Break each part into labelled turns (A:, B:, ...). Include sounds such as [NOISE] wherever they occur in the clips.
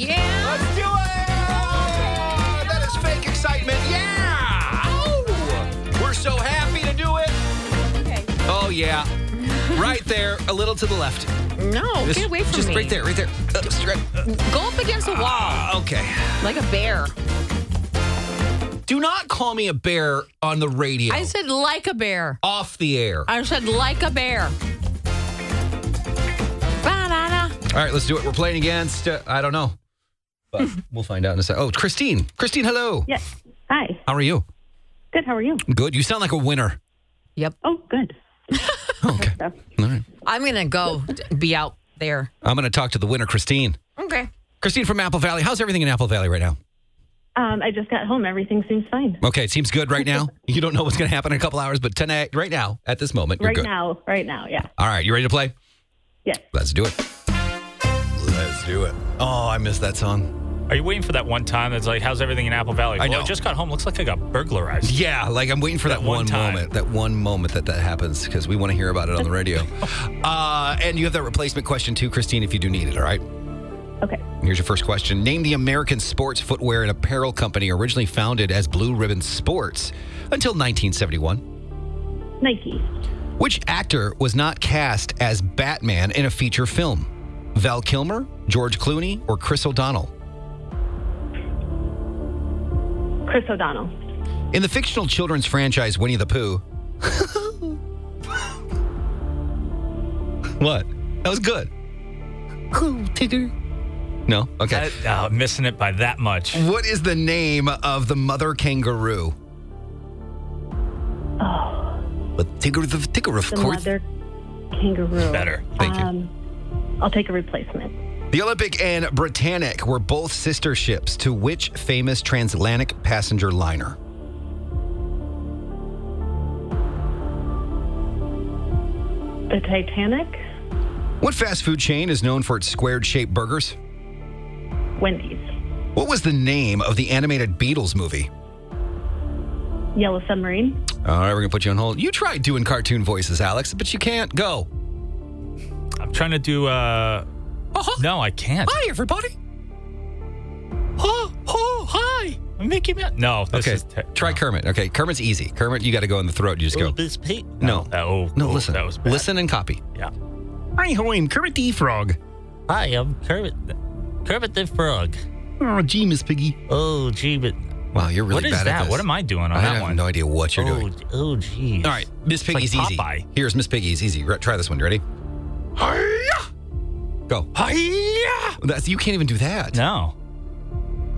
A: Yeah.
B: Let's do it! That is fake excitement. Yeah! Oh! We're so happy to do it.
A: Okay.
B: Oh, yeah. Right there, a little to the left.
A: No,
B: Just-
A: get away from
B: Just
A: me.
B: right there, right there. Uh, just right- uh,
A: Go up against a wall
B: ah, okay.
A: like a bear.
B: Do not call me a bear on the radio.
A: I said like a bear.
B: Off the air.
A: I said like a bear. Banana.
B: All right, let's do it. We're playing against, uh, I don't know.
A: [LAUGHS]
B: But we'll find out in a sec. Oh, Christine. Christine, hello.
C: Yes. Hi.
B: How are you?
C: Good. How are you?
B: Good. You sound like a winner.
A: Yep.
C: Oh, good.
B: Okay. All right.
A: I'm gonna go d- be out there.
B: I'm going to talk to the winner, Christine.
A: Okay.
B: Christine from Apple Valley. How's everything in Apple Valley right now?
C: Um, I just got home. Everything seems fine.
B: Okay, it seems good right
C: [LAUGHS]
B: now. you don't know what's going to happen in a couple hours, but tonight, right now, at this moment, you're
C: right
B: good.
C: now. Right now. Yeah.
B: All right, you ready to play?
C: Yes.
B: Let's do it. Let's do it. Oh, I missed that song.
D: Are you waiting for that one time that's like, how's everything in Apple Valley?
B: I
D: Well,
B: know.
D: I just got home. Looks like I got burglarized.
B: Yeah, like I'm waiting for that,
D: That one
B: one,
D: time.
B: moment, that one moment that that happens because we want to hear about it on the
C: [LAUGHS]
B: radio. uh, and you have that replacement question too, Christine, if you do need it. All right.
C: Okay.
B: Here's your first question. Name the American sports footwear and apparel company originally founded as Blue Ribbon Sports until 1971.
C: Nike.
B: Which actor was not cast as Batman in a feature film? Val Kilmer, George Clooney, or Chris O'Donnell?
C: Chris O'Donnell.
B: In the fictional children's franchise Winnie the Pooh. [LAUGHS] what? That was good. Who, Tigger? No? Okay.
D: That- uh, missing it by that much.
B: what is the name of the mother kangaroo? But Tigger the Tigger, of
C: Oh. The
B: course.
C: mother kangaroo.
D: Better.
B: Thank you.
C: um, I'll take a replacement.
B: The Olympic and Britannic were both sister ships to which famous transatlantic passenger liner?
C: The Titanic.
B: What fast food chain is known for its squared shaped burgers?
C: Wendy's.
B: What was the name of the animated Beatles movie?
C: Yellow Submarine.
B: All right, we're going to put you on hold. You tried doing cartoon voices, Alex, but you can't. Go.
D: I'm trying to do. Uh,
B: Uh-huh.
D: No, I can't.
B: everybody.
D: Oh, oh, hi. Mickey Mouse. No, this
B: okay.
D: is. Ter-
B: Try Kermit. Okay. Kermit's easy. Kermit, you got to go in the throat. You just go.
D: this Pete.
B: No.
D: Oh, That, oh,
B: No,
D: oh,
B: listen.
D: That was bad.
B: Listen and copy.
D: Yeah.
B: Hi, I'm Kermit the Frog.
D: Hi, I'm Kermit. Kermit the Frog.
B: Oh, gee, Miss Piggy.
D: Oh, gee, but
B: Wow, you're really
D: what is
B: bad at
D: that?
B: this.
D: What am I doing on
B: I
D: that
B: have
D: one?
B: no idea what you're doing.
D: Oh, geez.
B: All right, Miss
D: It's like
B: Piggy's easy.
D: Popeye.
B: Here's Miss Piggy's easy. Re- try this one. You ready? Go. That's you can't even do that.
D: No,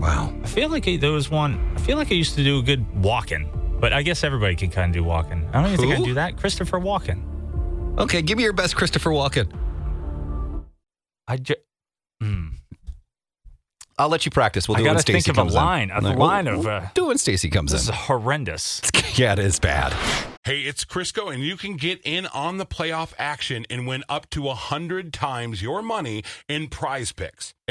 B: Wow.
D: I feel like I, there was one. I feel like I used to do a good walking, but I guess everybody can kind of do walking. I don't even think I
B: Who?
D: do that. Christopher Walken.
B: Okay, give me your best Christopher Walken.
D: I just.
B: I'll let you practice. We'll
D: I
B: do it when
D: gotta
B: Stacy
D: think of a
B: comes in.
D: line, a
B: All right,
D: line
B: we'll-
D: of,
B: we'll
D: uh,
B: do it when Stacy comes
D: This is
B: in.
D: horrendous.
B: [LAUGHS] yeah, it is bad.
E: Hey, it's Crisco, and you can get in on the playoff action and win up to 100 times your money in prize picks.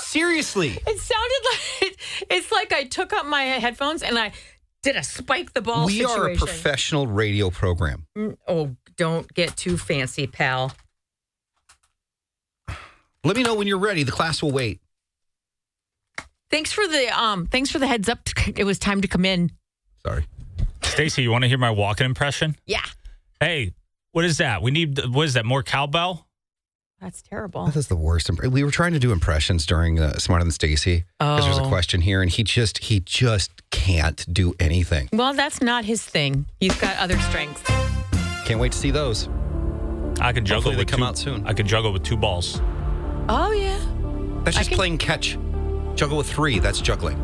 B: Seriously,
A: It sounded [LAUGHS] like it's like I took up my headphones and I did a spike the ball
B: we
A: situation.
B: are a professional radio program.
A: oh, don't get too fancy, pal.
B: Let me know when you're ready. The class will wait.
A: Thanks for the um. Thanks for the heads up. [LAUGHS] It was time to come in.
B: Sorry.
D: Stacy, you want to hear my walking impression?
A: Yeah.
D: Hey, what is that? We need. What is that? More cowbell?
A: That's terrible.
B: That is the worst. imp- We were trying to do impressions during uh, Smarter Than Stacy because there's a
A: Oh.
B: question here, and he just he just can't do anything.
A: Well, that's not his thing. He's got other strengths.
B: Can't wait to see those.
D: I could juggle.
B: Hopefully they
D: with
B: come
D: two,
B: out soon.
D: I could juggle with two balls.
A: Oh yeah.
B: That's
A: I
B: just
A: can-
B: playing catch. Juggle with three. That's juggling.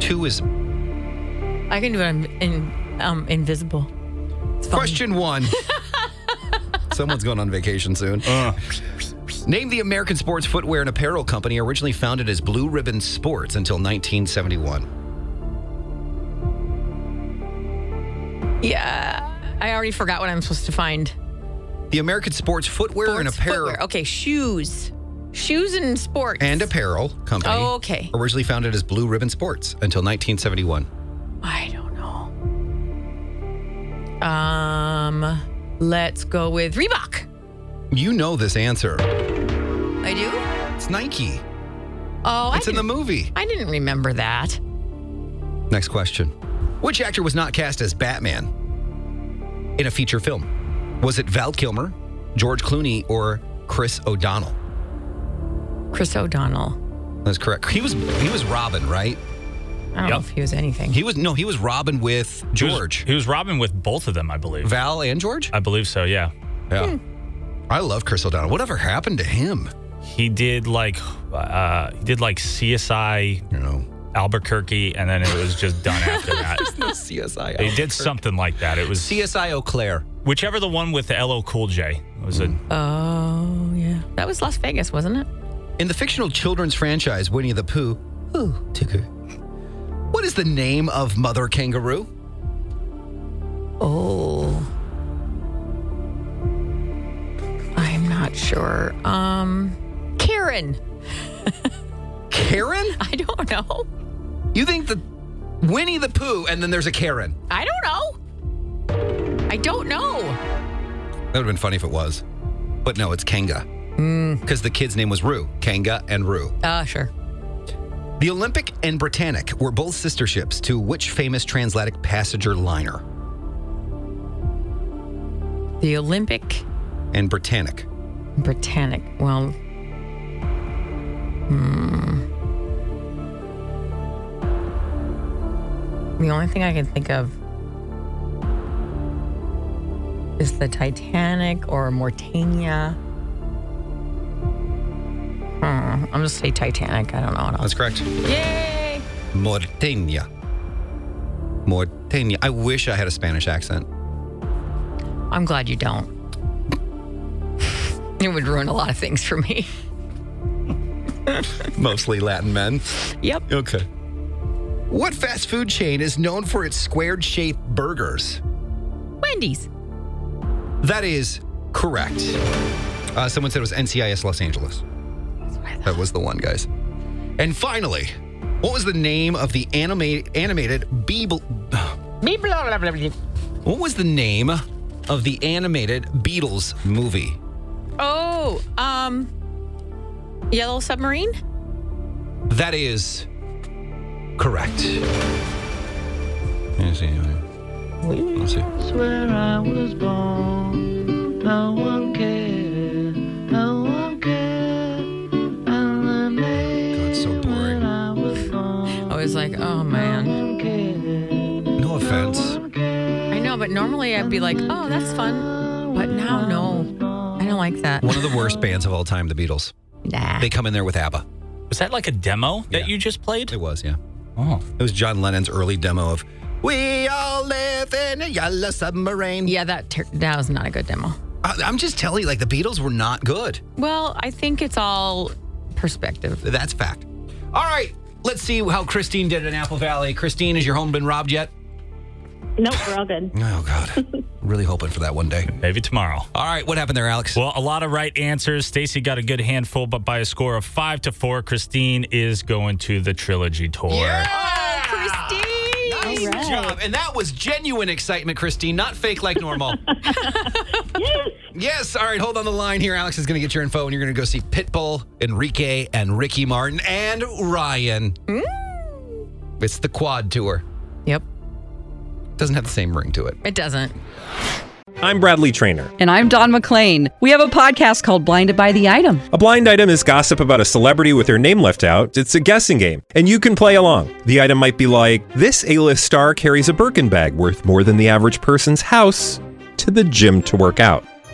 B: Two is
A: I can do it. I'm in, um, invisible. It's fun. [LAUGHS]
B: question one. Someone's going on vacation soon. Name the American sports footwear and apparel company originally founded as Blue Ribbon Sports until 1971.
A: Yeah. I already forgot what I'm supposed to find.
B: The American sports footwear and
A: Sports
B: apparel
A: footwear. Okay, shoes. Shoes and sports.
B: and apparel company
A: Oh, okay.
B: originally founded as Blue Ribbon Sports until 1971.
A: I don't know. Um, let's go with Reebok.
B: You know this answer.
A: I do.
B: It's Nike.
A: Oh, I
B: It's in the
A: didn't-
B: movie.
A: I didn't remember that.
B: Next question. Which actor was not cast as Batman in a feature film? Was it Val Kilmer, George Clooney, or Chris O'Donnell?
A: Chris O'Donnell.
B: That's correct. He was he was Robin, right?
A: I don't know
D: Yep.
A: if he was anything.
B: He was no, he was Robin with
D: He was-
B: George.
D: He was, robbing with both of them, I believe.
B: Val and George?
D: I believe so. Yeah.
B: Yeah. I love Chris O'Donnell. Whatever happened to him?
D: He did like uh, he did like CSI
B: You know,
D: Albuquerque, and then it was just done after
B: [LAUGHS]
D: that.
B: CSI.
D: They did something like that. It was
B: CSI Eau Claire.
D: whichever the one with the LO Cool J It was a
B: Mm.
A: oh yeah, that was Las Vegas, wasn't it?
B: In the fictional children's franchise Winnie the Pooh, ooh, ticker. What is the name of Mother Kangaroo?
A: Oh, I'm not sure. Um, Karen. [LAUGHS]
B: Karen?
A: I don't know.
B: You think the Winnie the Pooh and then there's a Karen?
A: I don't know. I don't know.
B: That would have been funny if it was. But no, it's Kanga. Because the kid's name was Roo. Kanga and Roo.
A: Uh, sure.
B: The Olympic and Britannic were both sister ships to which famous transatlantic passenger liner?
A: The Olympic
B: And Britannic.
A: Britannic. Well, hmm. The only thing I can think of is the Titanic or Mortania. Hmm. I'm gonna say Titanic. I don't know what else.
B: That's correct.
A: Yay!
B: Mortenia. Mortenia. I wish I had a Spanish accent.
A: I'm glad you don't. [LAUGHS] it would ruin a lot of things for me. [LAUGHS]
B: Mostly Latin men.
A: Yep.
B: Okay. What fast food chain is known for its squared shaped burgers?
A: Wendy's.
B: That is correct. Uh, someone said it was NCIS Los Angeles.
A: That's what I thought.
B: That was the one, guys. And finally, what was the name of the anima- animated Beeble?
A: Me blah, blah, blah, blah.
B: What was the name of the animated Beatles movie?
A: Oh, um, Yellow Submarine?
B: That is correct. Let's see. Let's see.
F: where I was born. No one cared, no one cared. And the
B: God,
F: name
B: it's so boring.
F: when I was born.
A: I was like, oh
F: No
A: man.
F: one cared,
B: No offense.
F: no one cared.
A: I know, but normally I'd be like, oh, that's fun. But now, no. I don't like that.
B: One of the worst bands of all time, the Beatles.
A: Nah.
B: They come in there with ABBA.
D: was that like a demo that
B: Yeah.
D: you just played?
B: It was, yeah.
D: Oh,
B: It was John Lennon's early demo of "We all live in a yellow submarine."
A: Yeah, that, ter- that was not a good demo.
B: I, I'm just telling you, like the Beatles were not good.
A: Well, I think it's all perspective.
B: That's fact. All right, let's see how Christine did in Apple Valley. Christine, has your home been robbed yet?
C: Nope, we're
B: [LAUGHS]
C: all good.
B: Oh God,
A: [LAUGHS]
B: really hoping for that one day.
D: maybe tomorrow.
B: All right, what happened there, Alex?
D: Well, a lot of right answers. Stacy got a good handful, but by a score of five to four, Christine is going to the trilogy tour.
A: Oh, Christine!
B: Nice
C: All right.
B: job. And that was genuine excitement, Christine, not fake
A: [LAUGHS]
B: like normal.
C: Yes.
B: yes. All right, hold on the line here. Alex is going to get your info, and you're going to go see Pitbull, Enrique, and Ricky Martin, and Ryan. It's the quad tour.
A: Yep,
B: Doesn't have the same ring to it.
A: it doesn't.
G: I'm Bradley Trainer.
H: And I'm Don McClain. We have a podcast called Blinded by the Item.
G: A blind item is gossip about a celebrity with their name left out. It's a guessing game, and you can play along. The item might be like this: A-list star carries a Birkin bag worth more than the average person's house to the gym to work out.